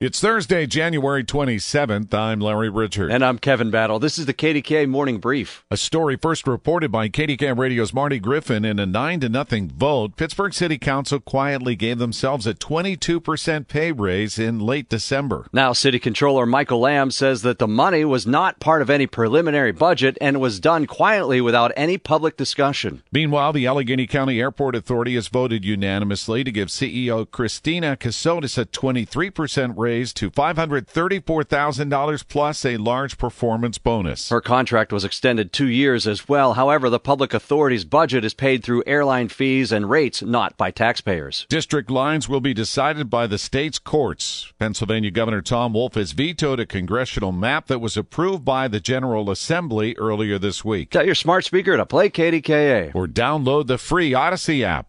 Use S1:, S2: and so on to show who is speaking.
S1: It's Thursday, January 27th. I'm Larry Richard.
S2: And I'm Kevin Battle. This is the KDK Morning Brief.
S1: A story first reported by KDK Radio's Marty Griffin in a 9 to nothing vote, Pittsburgh City Council quietly gave themselves a 22% pay raise in late December.
S2: Now, City Controller Michael Lamb says that the money was not part of any preliminary budget and was done quietly without any public discussion.
S1: Meanwhile, the Allegheny County Airport Authority has voted unanimously to give CEO Christina Casotis a 23% raise to $534,000 plus a large performance bonus.
S2: Her contract was extended two years as well. However, the public authority's budget is paid through airline fees and rates, not by taxpayers.
S1: District lines will be decided by the state's courts. Pennsylvania Governor Tom Wolf has vetoed a congressional map that was approved by the General Assembly earlier this week.
S2: Tell your smart speaker to play KDKA
S1: or download the free Odyssey app.